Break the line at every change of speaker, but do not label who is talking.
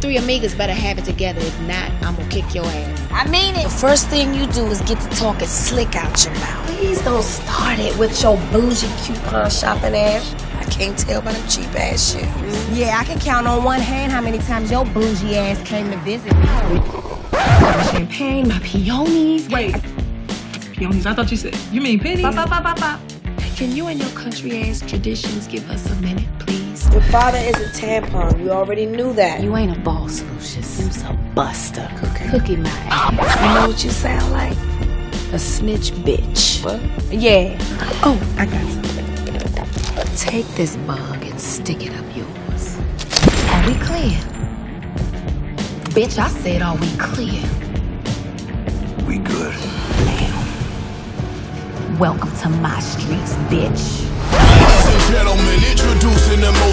three amigas better have it together. If not, I'm gonna kick your ass.
I mean it. The first thing you do is get to talking slick out your mouth. Please don't start it with your bougie coupon shopping ass. I can't tell by them cheap ass shoes. Yeah, I can count on one hand how many times your bougie ass came to visit me. My champagne, my peonies.
Wait. Peonies, I thought you said. You mean pennies?
Can you and your country ass traditions give us a minute, please?
Your father is a tampon. We already knew that. You
You ain't a boss, Lucius. You's a buster. Cookie. my ass.
know what you sound like? A snitch bitch. What? Yeah.
Oh, I got something. Take this mug and stick it up yours. Are we clear? Bitch, I said, are we clear?
We good.
Welcome to my streets, bitch.
Ladies and gentlemen, introducing the